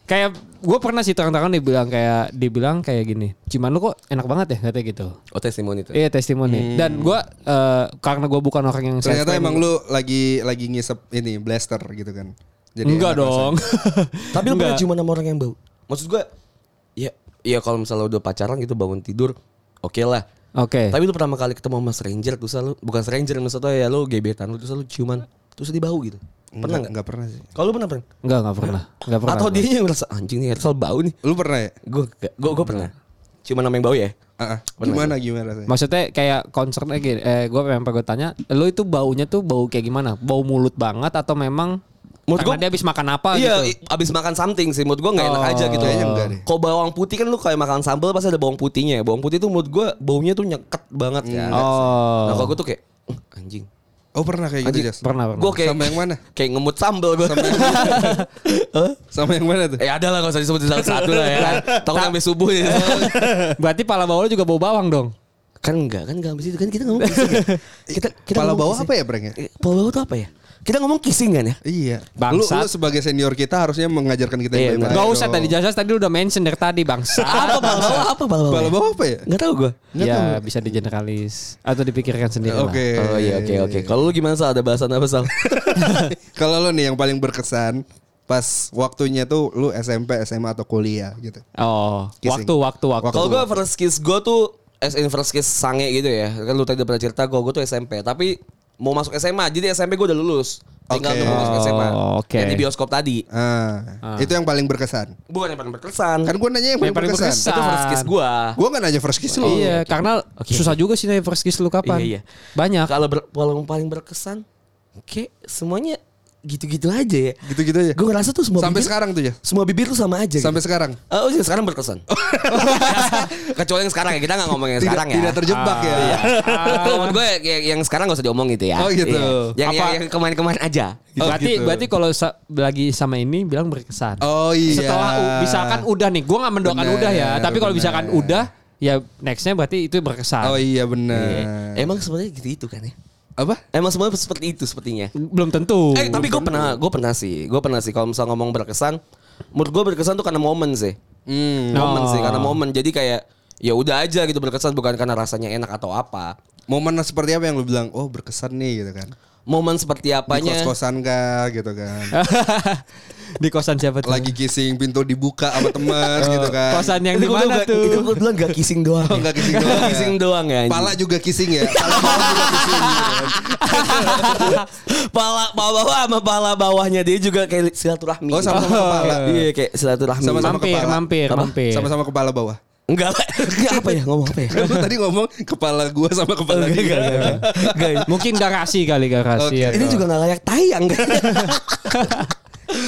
Speaker 4: Kayak gue pernah sih terang-terangan dibilang kayak dibilang kayak gini. Cuman lu kok enak banget ya katanya gitu.
Speaker 3: Oh testimoni tuh.
Speaker 4: Iya testimoni.
Speaker 3: Hmm.
Speaker 4: Dan gue eh, karena gue bukan orang yang
Speaker 2: Ternyata
Speaker 4: self-made,
Speaker 2: emang lu lagi lagi ngisep ini blaster gitu kan. enak
Speaker 4: enggak dong.
Speaker 3: Tapi lu pernah ciuman sama orang yang bau? Maksud gua ya ya kalau misalnya udah pacaran gitu bangun tidur, oke lah.
Speaker 4: Oke.
Speaker 3: Tapi lu pertama kali ketemu sama stranger terus lu bukan stranger maksudnya ya lu gebetan lu terus lu ciuman terus dia bau gitu.
Speaker 2: rasanya.
Speaker 3: Pernah
Speaker 2: Enggak,
Speaker 3: enggak?
Speaker 2: enggak pernah sih.
Speaker 3: Kalau lu pernah pernah?
Speaker 4: Enggak enggak pernah. Enggak pernah.
Speaker 3: Atau dia yang merasa anjing nih Hersal bau nih.
Speaker 2: Lu pernah ya?
Speaker 3: Gua gua gua, gua pernah. Ciuman sama yang bau ya?
Speaker 2: Ah, ah.
Speaker 3: Pernah.
Speaker 2: Gimana gimana rasanya?
Speaker 4: Maksudnya kayak concernnya gini, eh gue memang gue tanya, lu itu baunya tuh bau kayak gimana? Bau mulut banget atau memang
Speaker 3: Menurut
Speaker 4: karena
Speaker 3: gua-
Speaker 4: dia habis makan apa
Speaker 3: iya,
Speaker 4: gitu?
Speaker 3: i- abis makan something sih menurut gua nggak enak aja gitu.
Speaker 2: Oh, Kayaknya enggak deh.
Speaker 3: Kalau bawang putih kan lu kayak makan sambal pasti ada bawang putihnya ya.
Speaker 2: Iya.
Speaker 3: Bawang putih tuh menurut gua baunya tuh nyeket banget ya.
Speaker 4: Oh.
Speaker 3: Nah kalau gue tuh kayak "Eh, anjing.
Speaker 2: Oh pernah kayak gitu
Speaker 3: Anjing,
Speaker 2: Jas?
Speaker 4: pernah, pernah.
Speaker 3: Gue kayak
Speaker 2: Sama yang mana?
Speaker 3: Kayak ngemut sambel gue.
Speaker 2: Sama yang, sama yang mana tuh?
Speaker 3: Eh ada lah gak usah disebutin satu-satu lah
Speaker 2: Nah,
Speaker 3: ya kan. Takut sampai subuh ya.
Speaker 4: Berarti pala bawah lu juga bau bawang dong.
Speaker 3: kan enggak kan enggak sampai situ kan kita ngomong kissing. ya? kita kita
Speaker 2: Kepala
Speaker 3: ngomong
Speaker 2: bawah
Speaker 3: kissing.
Speaker 2: apa ya Breng ya?
Speaker 3: Eh, Kepala bawah itu apa ya? Kita ngomong kissing kan ya?
Speaker 2: Iya. Lu,
Speaker 4: Bangsat.
Speaker 2: lu sebagai senior kita harusnya mengajarkan kita
Speaker 3: Iya,
Speaker 2: yang baik-baik.
Speaker 4: Gak usah
Speaker 2: dong.
Speaker 4: tadi jasa tadi lu udah mention dari tadi bangsa.
Speaker 3: Apa kepala bawah? Apa kepala bawah?
Speaker 2: Kepala bawah apa ya?
Speaker 3: Enggak tahu gue.
Speaker 4: ya bisa digeneralis atau dipikirkan sendiri lah.
Speaker 2: Oke.
Speaker 3: Oh iya oke oke. Kalau lu gimana Sal? Ada bahasan apa Sal?
Speaker 2: Kalau lu nih yang paling berkesan pas waktunya tuh lu SMP, SMA atau kuliah gitu.
Speaker 4: Oh,
Speaker 2: Kissing.
Speaker 4: waktu waktu waktu.
Speaker 3: Kalau gue first kiss gue tuh as in first kiss sange gitu ya. Kan lu tadi udah pernah cerita gue, gue tuh SMP. Tapi mau masuk SMA, jadi SMP gue udah lulus. Tinggal
Speaker 2: Oke.
Speaker 3: nunggu masuk
Speaker 4: Oh,
Speaker 3: SMA.
Speaker 4: oke.
Speaker 3: Yang di bioskop tadi.
Speaker 2: Ah, itu yang paling berkesan.
Speaker 3: Bukan yang paling berkesan.
Speaker 2: Kan gua nanya yang paling,
Speaker 4: Yang paling
Speaker 2: berkesan.
Speaker 4: berkesan.
Speaker 3: itu first kiss gue.
Speaker 2: Gua gak nanya first kiss lu.
Speaker 4: iya, karena susah juga sih nanya first kiss lu kapan.
Speaker 3: Iya, iya.
Speaker 4: Banyak.
Speaker 3: Kalau ber- kalau yang paling berkesan, kayak semuanya gitu-gitu aja ya.
Speaker 2: Gitu-gitu aja.
Speaker 3: Gue ngerasa tuh semua
Speaker 2: Sampai
Speaker 3: bibir,
Speaker 2: sekarang tuh ya.
Speaker 3: semua bibir tuh sama aja.
Speaker 2: Sampai
Speaker 3: gitu.
Speaker 2: sekarang.
Speaker 3: Eh, oh, iya, sekarang berkesan. Kecuali yang sekarang ya, kita nggak ngomong yang
Speaker 2: Tidak,
Speaker 3: sekarang ya.
Speaker 2: tidak terjebak ya.
Speaker 3: Kalau menurut Ah, gue ya, yang, yang sekarang gak usah diomong gitu ya.
Speaker 2: Oh, gitu.
Speaker 3: Iya. Yang,
Speaker 4: Apa-
Speaker 3: yang, yang kemarin-kemarin aja.
Speaker 2: Oh,
Speaker 4: berarti
Speaker 2: gitu.
Speaker 4: berarti kalau sa- lagi sama ini bilang berkesan.
Speaker 2: Oh iya.
Speaker 4: Setelah u- misalkan udah nih, gua nggak mendoakan
Speaker 2: Bener,
Speaker 4: udah ya, tapi kalau
Speaker 2: bener.
Speaker 4: misalkan udah ya nextnya berarti itu berkesan.
Speaker 2: Oh iya
Speaker 3: Iya.
Speaker 2: benar.
Speaker 3: Emang sebenarnya gitu itu kan ya.
Speaker 2: Apa?
Speaker 3: Emang semuanya seperti itu sepertinya.
Speaker 2: Uh,
Speaker 4: Belum tentu.
Speaker 3: Eh tapi gue pernah, gue pernah sih, gue pernah sih kalau misal ngomong berkesan, menurut gue berkesan tuh karena momen sih,
Speaker 2: Hmm.
Speaker 3: momen
Speaker 4: Oh.
Speaker 3: sih karena momen. Jadi kayak ya udah aja gitu berkesan bukan karena rasanya enak atau apa.
Speaker 2: Momen seperti apa yang lu bilang? Oh berkesan nih gitu kan.
Speaker 3: Momen seperti
Speaker 2: Di
Speaker 3: apanya?
Speaker 2: kos-kosan kah gitu kan.
Speaker 4: di kosan siapa tuh?
Speaker 2: lagi kissing pintu dibuka sama temen gitu kan.
Speaker 4: Kosan yang
Speaker 3: Itu
Speaker 4: di
Speaker 3: gua
Speaker 4: mana
Speaker 3: bilang- Itu
Speaker 4: tuh?
Speaker 3: gue bilang gak kissing doang.
Speaker 2: Oh, nggak kissing doang ya.
Speaker 3: kissing doang ya. anjing.
Speaker 2: Pala juga kissing ya. Pala bawah juga kissing. gitu kan.
Speaker 3: pala pala bawah sama pala bawahnya dia juga kayak silaturahmi.
Speaker 2: Oh, sama-sama kepala.
Speaker 3: Iya kayak silaturahmi.
Speaker 2: Sama-sama
Speaker 4: Mampir,
Speaker 2: kepala.
Speaker 4: mampir,
Speaker 3: Apa?
Speaker 4: mampir.
Speaker 2: Sama-sama kepala bawah.
Speaker 3: Enggak, lah. enggak apa ya ngomong apa ya?
Speaker 2: Kan lu tadi ngomong kepala gua sama kepala
Speaker 3: Enggak,
Speaker 2: dia.
Speaker 3: enggak, enggak, enggak. Enggak.
Speaker 4: Mungkin garasi kali garasi. Iya,
Speaker 2: Oke.
Speaker 4: atau-
Speaker 3: Ini juga gak layak tayang kan.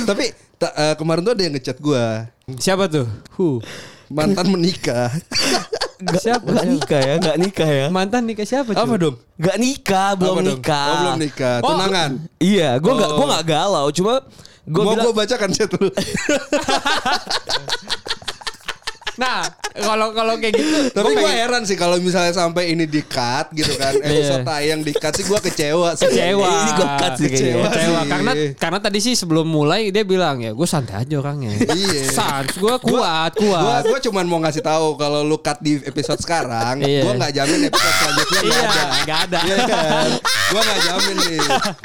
Speaker 2: Tapi ta- eh, kemarin tuh ada yang ngechat gua.
Speaker 4: Siapa tuh? Hu.
Speaker 2: Mantan menikah.
Speaker 3: Enggak
Speaker 4: Siapa?
Speaker 3: enggak nikah ya, enggak nikah ya.
Speaker 4: Mantan nikah siapa cuy?
Speaker 2: Apa dong?
Speaker 3: Enggak nikah, belum
Speaker 2: Apa dong?
Speaker 3: nikah.
Speaker 2: Oh, belum nikah.
Speaker 3: Oh,
Speaker 2: Tunangan.
Speaker 3: Iya, gua enggak gua enggak galau, cuma gua
Speaker 2: Mau
Speaker 3: bilang
Speaker 2: gua bacakan chat lu.
Speaker 4: Nah, kalau kalau kayak gitu
Speaker 2: Tapi
Speaker 4: gua
Speaker 2: gua ya.
Speaker 4: pengen-
Speaker 2: heran sih kalau misalnya sampai ini di cut gitu kan. Episode tayang di cut sih gua kecewa sih.
Speaker 4: Iya. kecewa.
Speaker 3: Ini gua cut sih kayaknya.
Speaker 4: Kecewa,
Speaker 2: Kecewa sih. Iya.
Speaker 4: karena karena tadi sih sebelum mulai dia bilang ya, gue santai aja orangnya.
Speaker 2: Iya.
Speaker 4: Sans, gue kuat, kuat.
Speaker 2: Gue cuman mau ngasih tahu kalau lu cut di episode sekarang,
Speaker 4: Iya.
Speaker 2: gua nggak jamin episode selanjutnya nggak
Speaker 4: Iya,
Speaker 2: ada.
Speaker 4: nggak ada.
Speaker 2: Iya kan? Gua nggak jamin nih.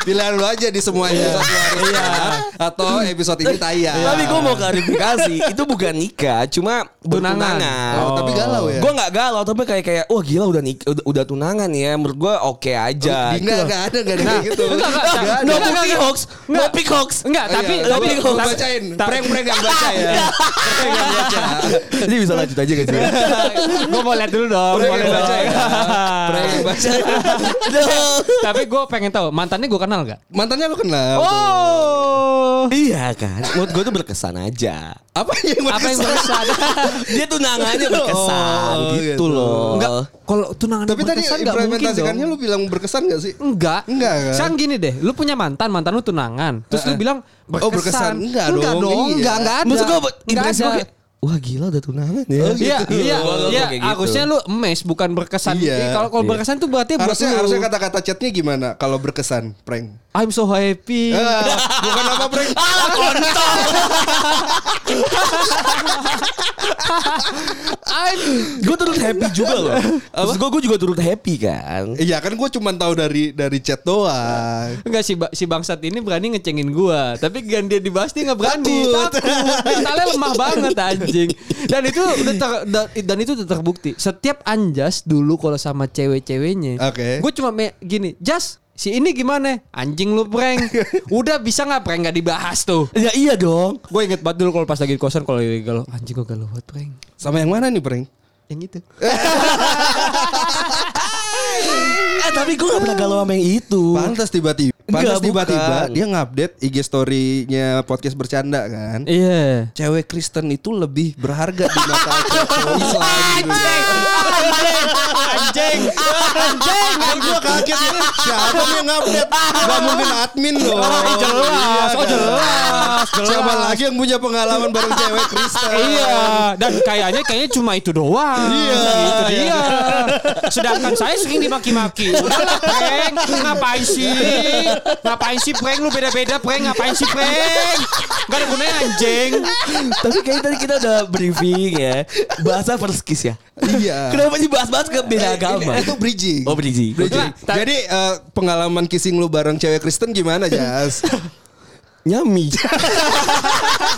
Speaker 2: Pilihan lu aja di semua
Speaker 4: Iya.
Speaker 2: episode lu harus cut, atau episode ini tayang.
Speaker 3: Tapi gue mau klarifikasi, itu bukan nikah, cuma
Speaker 4: Tunangan.
Speaker 3: bertunangan.
Speaker 2: Oh, tapi galau ya?
Speaker 3: Gue nggak galau, tapi kayak kayak, wah gila udah nikah, udah, udah tunangan ya. Menurut gue oke aja.
Speaker 2: Di- nggak nggak ada nggak ada kayak gitu.
Speaker 4: Nah, enggak, enggak,
Speaker 2: Nggak
Speaker 4: enggak,
Speaker 2: ada.
Speaker 3: no
Speaker 4: enggak,
Speaker 3: pick
Speaker 4: enggak.
Speaker 3: hoax, no
Speaker 4: Enggak.
Speaker 3: pick hoax.
Speaker 4: Enggak,
Speaker 2: Oh,
Speaker 4: tapi
Speaker 2: iya.
Speaker 4: tapi
Speaker 2: Gua- gua
Speaker 4: tapi-
Speaker 2: bacain.
Speaker 4: tapi-
Speaker 2: Prank-prank yang baca ya. Prank yang baca.
Speaker 3: Jadi bisa lanjut aja gitu.
Speaker 4: gue mau lihat dulu dong,
Speaker 2: Prank
Speaker 4: boleh
Speaker 2: yang
Speaker 4: dong.
Speaker 2: baca ya. Prank yang baca.
Speaker 4: Tapi gue pengen tahu mantannya gue kenal gak?
Speaker 2: Mantannya lu kenal.
Speaker 4: Oh,
Speaker 3: Iya kan, menurut gue tuh berkesan aja.
Speaker 2: Apa yang
Speaker 4: apa yang berkesan?
Speaker 3: Dia tunangannya berkesan
Speaker 2: Oh,
Speaker 3: gitu,
Speaker 2: gitu.
Speaker 3: loh.
Speaker 4: Enggak, kalau tunangan
Speaker 2: Tapi tadi
Speaker 4: berkesan nggak mungkin dong.
Speaker 2: implementasikannya lu bilang berkesan gak sih?
Speaker 4: Enggak.
Speaker 2: Enggak, kan?
Speaker 4: Sekarang gini deh, lu punya mantan, mantan lu tunangan. Terus lu bilang berkesan.
Speaker 2: Oh, berkesan. Enggak dong,
Speaker 4: dong.
Speaker 2: iya.
Speaker 4: Enggak, enggak ada.
Speaker 3: Maksud gue
Speaker 4: enggak
Speaker 3: impresi gue
Speaker 4: ada.
Speaker 3: kayak, wah gila udah tunangan ya.
Speaker 2: Oh,
Speaker 4: Iya,
Speaker 2: gitu.
Speaker 4: iya,
Speaker 3: Gua- gua
Speaker 4: iya.
Speaker 3: kayak gitu.
Speaker 4: Harusnya lu emes bukan berkesan.
Speaker 2: Iya.
Speaker 4: Jadi Kalau kalau
Speaker 3: Iya.
Speaker 4: berkesan tuh berarti buat
Speaker 2: Harusnya
Speaker 4: lu,
Speaker 2: harusnya kata-kata chatnya gimana kalau berkesan prank?
Speaker 4: I'm so happy.
Speaker 2: Ah, bukan apa prank.
Speaker 4: I'm
Speaker 3: Gue turut happy juga loh. Maksud gue, gue juga turut happy kan.
Speaker 2: Iya kan gue cuma tahu dari dari chat doang.
Speaker 4: Enggak si ba- si bangsat ini berani ngecengin gua, tapi gan dia dibahas dia nggak berani.
Speaker 2: Takut.
Speaker 4: Takut. Mentalnya lemah banget anjing. Dan itu udah ter- da- dan itu udah terbukti. Setiap anjas dulu kalau sama cewek-ceweknya,
Speaker 2: Oke.
Speaker 4: gue cuma me- gini, Jas, si ini gimana? Anjing lu prank. Udah bisa nggak prank nggak dibahas tuh.
Speaker 3: Ya iya dong.
Speaker 4: Gue inget banget dulu kalau pas lagi di kosan kalau lagi galau, anjing gue galau buat prank. gitu.
Speaker 2: Sama yang mana nih prank?
Speaker 4: Yang itu.
Speaker 3: Eh, tapi gue gak pernah galau sama yang itu.
Speaker 2: Pantas tiba-tiba.
Speaker 3: Uh. Enggak,
Speaker 2: Pantas tiba-tiba
Speaker 5: bukan.
Speaker 2: dia ngupdate IG story-nya podcast bercanda kan.
Speaker 4: Iya.
Speaker 2: Cewek Kristen itu lebih berharga di mata cowok Islam.
Speaker 3: Anjing. Anjing.
Speaker 2: Kan gue kaget ya. Siapa nih yang update? Gak mungkin admin loh. Iya, kan?
Speaker 3: Eh, jelas. Oh, jelas. Jelas.
Speaker 2: Siapa lagi yang punya pengalaman bareng cewek Kristen?
Speaker 4: Iya, dan kayaknya kayaknya cuma itu doang.
Speaker 2: Iya.
Speaker 4: itu dia. Sedangkan saya sering dimaki-maki. Udahlah, prank, ngapain sih? Ngapain sih prank lu beda-beda prank, ngapain sih prank? Gak ada gunanya anjing.
Speaker 3: Tapi kayaknya tadi kita udah briefing ya. Bahasa first kiss ya.
Speaker 2: Iya.
Speaker 4: Ah.
Speaker 3: Kenapa sih bahas-bahas ke
Speaker 4: Eh,
Speaker 3: beda agama?
Speaker 2: Ini- Itu bridging.
Speaker 3: Oh, bridging.
Speaker 2: Bridging.
Speaker 4: Nah, ta-
Speaker 2: Jadi eh, pengalaman kissing lu bareng cewek Kristen gimana Jas?
Speaker 3: Nyami.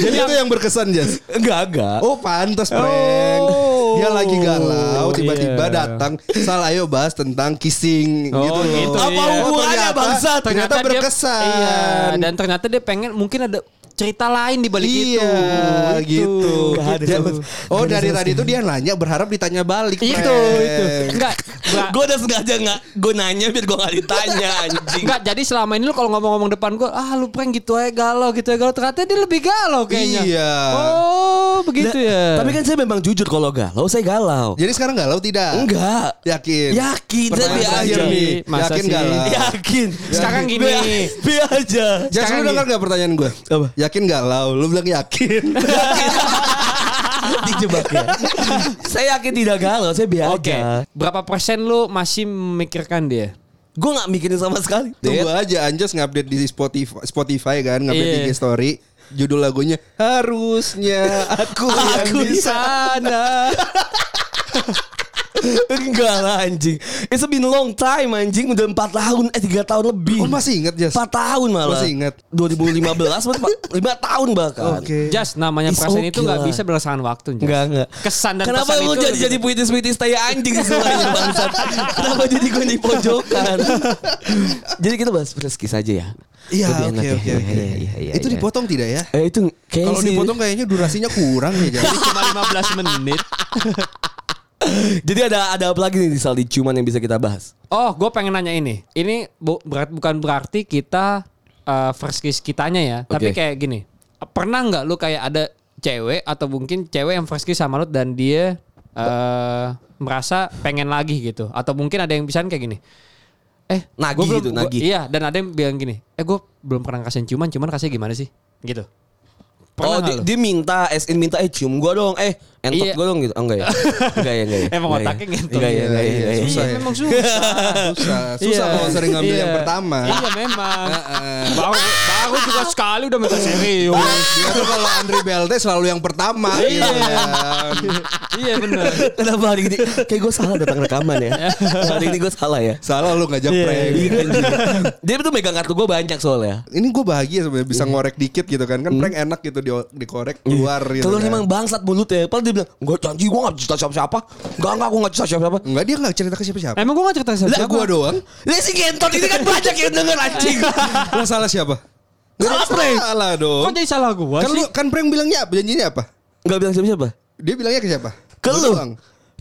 Speaker 2: Jadi itu yang berkesan Jas.
Speaker 3: Enggak, enggak.
Speaker 2: Oh pantas prank.
Speaker 4: Oh.
Speaker 2: Dia lagi galau
Speaker 4: Iya.
Speaker 2: tiba-tiba datang. Sal ayo bahas tentang kissing
Speaker 4: Oh,
Speaker 2: gitu loh.
Speaker 4: gitu,
Speaker 3: Apa iya. hubungannya,
Speaker 2: ternyata-
Speaker 3: bangsa?
Speaker 2: Ternyata,
Speaker 4: dia-
Speaker 2: berkesan.
Speaker 4: Iya, dan ternyata dia pengen mungkin ada cerita lain di balik itu.
Speaker 2: Iya, gitu.
Speaker 3: Gak ada
Speaker 2: Dia-
Speaker 3: sama-
Speaker 2: oh
Speaker 3: gak ada
Speaker 2: dari
Speaker 3: sama
Speaker 2: tadi itu dia nanya berharap ditanya balik.
Speaker 4: Iya, Itu,
Speaker 2: Prank.
Speaker 4: itu. Enggak, enggak.
Speaker 3: Gue udah sengaja nggak, gue nanya biar gue nggak ditanya anjing.
Speaker 4: Enggak, jadi selama ini lu kalau ngomong-ngomong depan gua, ah lu prank gitu aja galau, gitu aja galau. Ternyata dia lebih galau kayaknya.
Speaker 2: Iya.
Speaker 4: Oh,
Speaker 2: gitu
Speaker 4: begitu
Speaker 3: Nah,
Speaker 4: ya.
Speaker 3: Tapi kan saya memang jujur kalau galau, saya galau.
Speaker 2: Jadi sekarang galau tidak?
Speaker 3: Enggak.
Speaker 2: Yakin.
Speaker 3: Yakin, Iya. saya
Speaker 2: Pertanyaan
Speaker 3: biar
Speaker 2: terakhir
Speaker 3: aja.
Speaker 2: nih.
Speaker 4: Masa
Speaker 2: Yakin
Speaker 4: sih?
Speaker 2: galau?
Speaker 3: Yakin.
Speaker 4: Sekarang gini.
Speaker 3: Biar- Biar aja.
Speaker 2: Jas
Speaker 4: Sekarang
Speaker 2: lu dengar gak pertanyaan gue?
Speaker 3: Apa?
Speaker 2: Yakin galau? Lu bilang yakin.
Speaker 3: Dijebak ya. saya yakin tidak galau, saya biar
Speaker 4: Oke,
Speaker 3: aja.
Speaker 4: berapa persen lu masih memikirkan dia?
Speaker 3: Gue nggak mikirin sama sekali.
Speaker 2: Tunggu aja Anjas ngupdate di Spotify, Spotify kan ngupdate
Speaker 4: Iya.
Speaker 2: di IG story judul lagunya harusnya aku yang
Speaker 3: Aku
Speaker 2: di
Speaker 3: di
Speaker 4: nah.
Speaker 2: sana.
Speaker 3: Enggak lah anjing. It's been long time anjing. Udah 4 tahun, eh 3 tahun lebih.
Speaker 2: Oh masih inget Jas?
Speaker 3: 4 tahun malah.
Speaker 2: Masih ingat.
Speaker 3: 2015 berarti 5 tahun bahkan.
Speaker 2: Oke.
Speaker 4: Just namanya
Speaker 3: It's
Speaker 4: persen itu
Speaker 3: okay
Speaker 4: nggak
Speaker 3: lah.
Speaker 4: bisa berdasarkan waktu. Just.
Speaker 3: Enggak, enggak.
Speaker 4: Kesan dan
Speaker 3: Kenapa
Speaker 4: pesan
Speaker 3: lu
Speaker 4: itu
Speaker 3: jadi jadi puitis-puitis tai anjing sih semuanya bangsat? Kenapa jadi gue di pojokan? jadi gitu, kita bahas freskis aja ya.
Speaker 2: Iya
Speaker 3: Lebih
Speaker 2: oke
Speaker 3: enak ya.
Speaker 2: oke
Speaker 3: Iya,
Speaker 2: oke.
Speaker 3: iya, iya, iya,
Speaker 2: Itu
Speaker 3: iya.
Speaker 2: dipotong tidak ya?
Speaker 3: Eh itu kayaknya
Speaker 2: Kalau
Speaker 3: sih-
Speaker 2: dipotong kan- kayaknya durasinya kurang ya Jas.
Speaker 4: cuma 15 menit.
Speaker 3: Jadi ada ada apa lagi nih di saldi cuman yang bisa kita bahas?
Speaker 4: Oh, gue pengen nanya ini. Ini bu- berat- bukan berarti kita eh, first kiss kitanya ya, tapi
Speaker 3: Oke.
Speaker 4: kayak gini. Pernah nggak lu kayak ada cewek atau mungkin cewek yang first kiss sama lu dan dia eh, merasa pengen lagi gitu? Atau mungkin ada yang bisa kayak gini. Eh,
Speaker 3: Nagih
Speaker 4: gua belum-
Speaker 3: gitu,
Speaker 4: gua-
Speaker 3: nagih.
Speaker 4: Iya, dan ada yang bilang gini. Eh, gue belum pernah kasihin cuman, cuman kasih gimana sih? Gitu. Pernah
Speaker 3: oh
Speaker 4: nggak
Speaker 3: dia,
Speaker 4: lu?
Speaker 3: dia minta SN minta eh cium gua dong eh entot
Speaker 4: Iya.
Speaker 3: gua dong gitu. Oh, enggak ya. Enggak ya enggak ya.
Speaker 4: Emang
Speaker 3: Enggak ya.
Speaker 4: otaknya ngentot.
Speaker 3: Enggak ya enggak ya. enggak ya.
Speaker 2: Susah
Speaker 4: Iya,
Speaker 2: ya.
Speaker 4: memang susah.
Speaker 2: Susah. Nah, Susah
Speaker 4: Iya.
Speaker 2: kalau sering ngambil
Speaker 4: Iya.
Speaker 2: yang pertama.
Speaker 4: Iya memang. baru baru juga sekali udah minta serius.
Speaker 2: Dia Iya, tuh kalau Andri BLT selalu yang pertama.
Speaker 4: Iya.
Speaker 2: gitu kan.
Speaker 4: iya benar.
Speaker 3: Kenapa hari ini kayak gua salah datang rekaman ya. Hari ini gua salah ya.
Speaker 2: Salah lu ngajak prank.
Speaker 3: Iya, anjing. Dia tuh megang kartu gua banyak soalnya.
Speaker 2: Ini gue bahagia sebenarnya bisa ngorek dikit gitu kan. Kan prank enak gitu di- dikorek keluar gitu.
Speaker 3: Kalau
Speaker 2: kan.
Speaker 3: memang bangsat mulut ya, padahal dia bilang, "Gua janji gua enggak cerita siapa-siapa." Enggak enggak gua enggak cerita siapa-siapa.
Speaker 2: Enggak dia nggak cerita ke siapa-siapa.
Speaker 4: Emang gue gak cerita sama
Speaker 2: Eh, Lah gua doang.
Speaker 3: Ini si Gentot ini kan banyak yang denger anjing.
Speaker 2: Lah salah siapa?
Speaker 3: Salah prank.
Speaker 2: Salah dong.
Speaker 4: Kok jadi salah gue
Speaker 2: Kan
Speaker 4: sih?
Speaker 2: lu kan prank bilangnya apa? Janjinya apa?
Speaker 3: Enggak bilang siapa-siapa.
Speaker 2: Dia bilangnya ke siapa?
Speaker 3: Ke
Speaker 2: Gua
Speaker 3: lu.
Speaker 2: doang.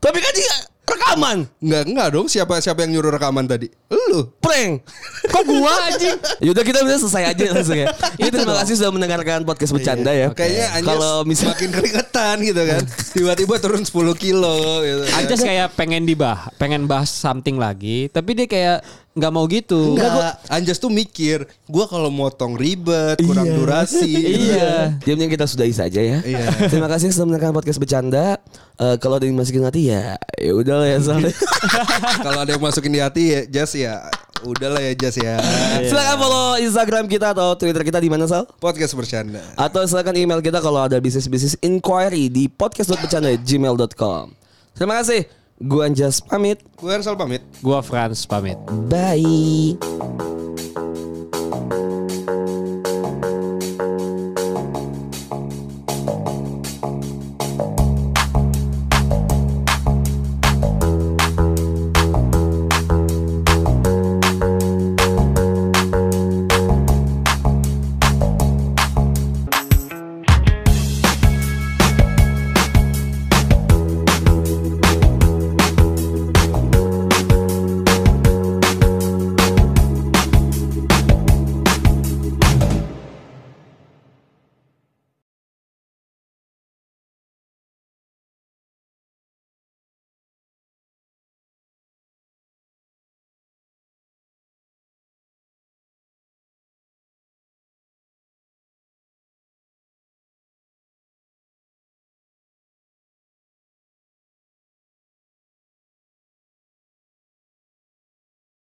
Speaker 3: Tapi kan dia rekaman.
Speaker 2: Enggak, enggak dong. Siapa siapa yang nyuruh rekaman tadi? Lu.
Speaker 3: Prank.
Speaker 4: Kok gue anjing?
Speaker 3: Yaudah kita bisa selesai aja langsung ya. Ya, terima
Speaker 4: dong.
Speaker 3: kasih sudah mendengarkan podcast bercanda ya.
Speaker 2: Kayaknya Anjas
Speaker 3: kalau misal
Speaker 2: makin keringetan gitu kan. Tiba-tiba turun 10 kilo gitu. kan.
Speaker 4: Anjas kayak pengen dibah, pengen bahas something lagi, tapi dia kayak nggak mau gitu.
Speaker 2: Enggak, gua- Anjas tuh mikir, gua kalau motong ribet, kurang
Speaker 3: Iya.
Speaker 2: durasi. gitu.
Speaker 3: Iya. Diamnya kita sudahi saja ya.
Speaker 2: Iya.
Speaker 3: Terima kasih sudah mendengarkan podcast bercanda. Eh, kalau ada yang masukin hati ya, ya udahlah ya soalnya.
Speaker 2: Kalau ada yang masukin di hati ya, Jas ya. Udahlah ya Jas ya.
Speaker 3: silakan follow Instagram kita atau Twitter kita di mana Sal?
Speaker 2: Podcast bercanda.
Speaker 3: Atau silakan email kita kalau ada bisnis-bisnis inquiry di podcast.bercanda@gmail.com. Terima kasih. Gua Anjas pamit.
Speaker 2: Gue Ersal pamit.
Speaker 4: Gue Franz pamit.
Speaker 3: Bye.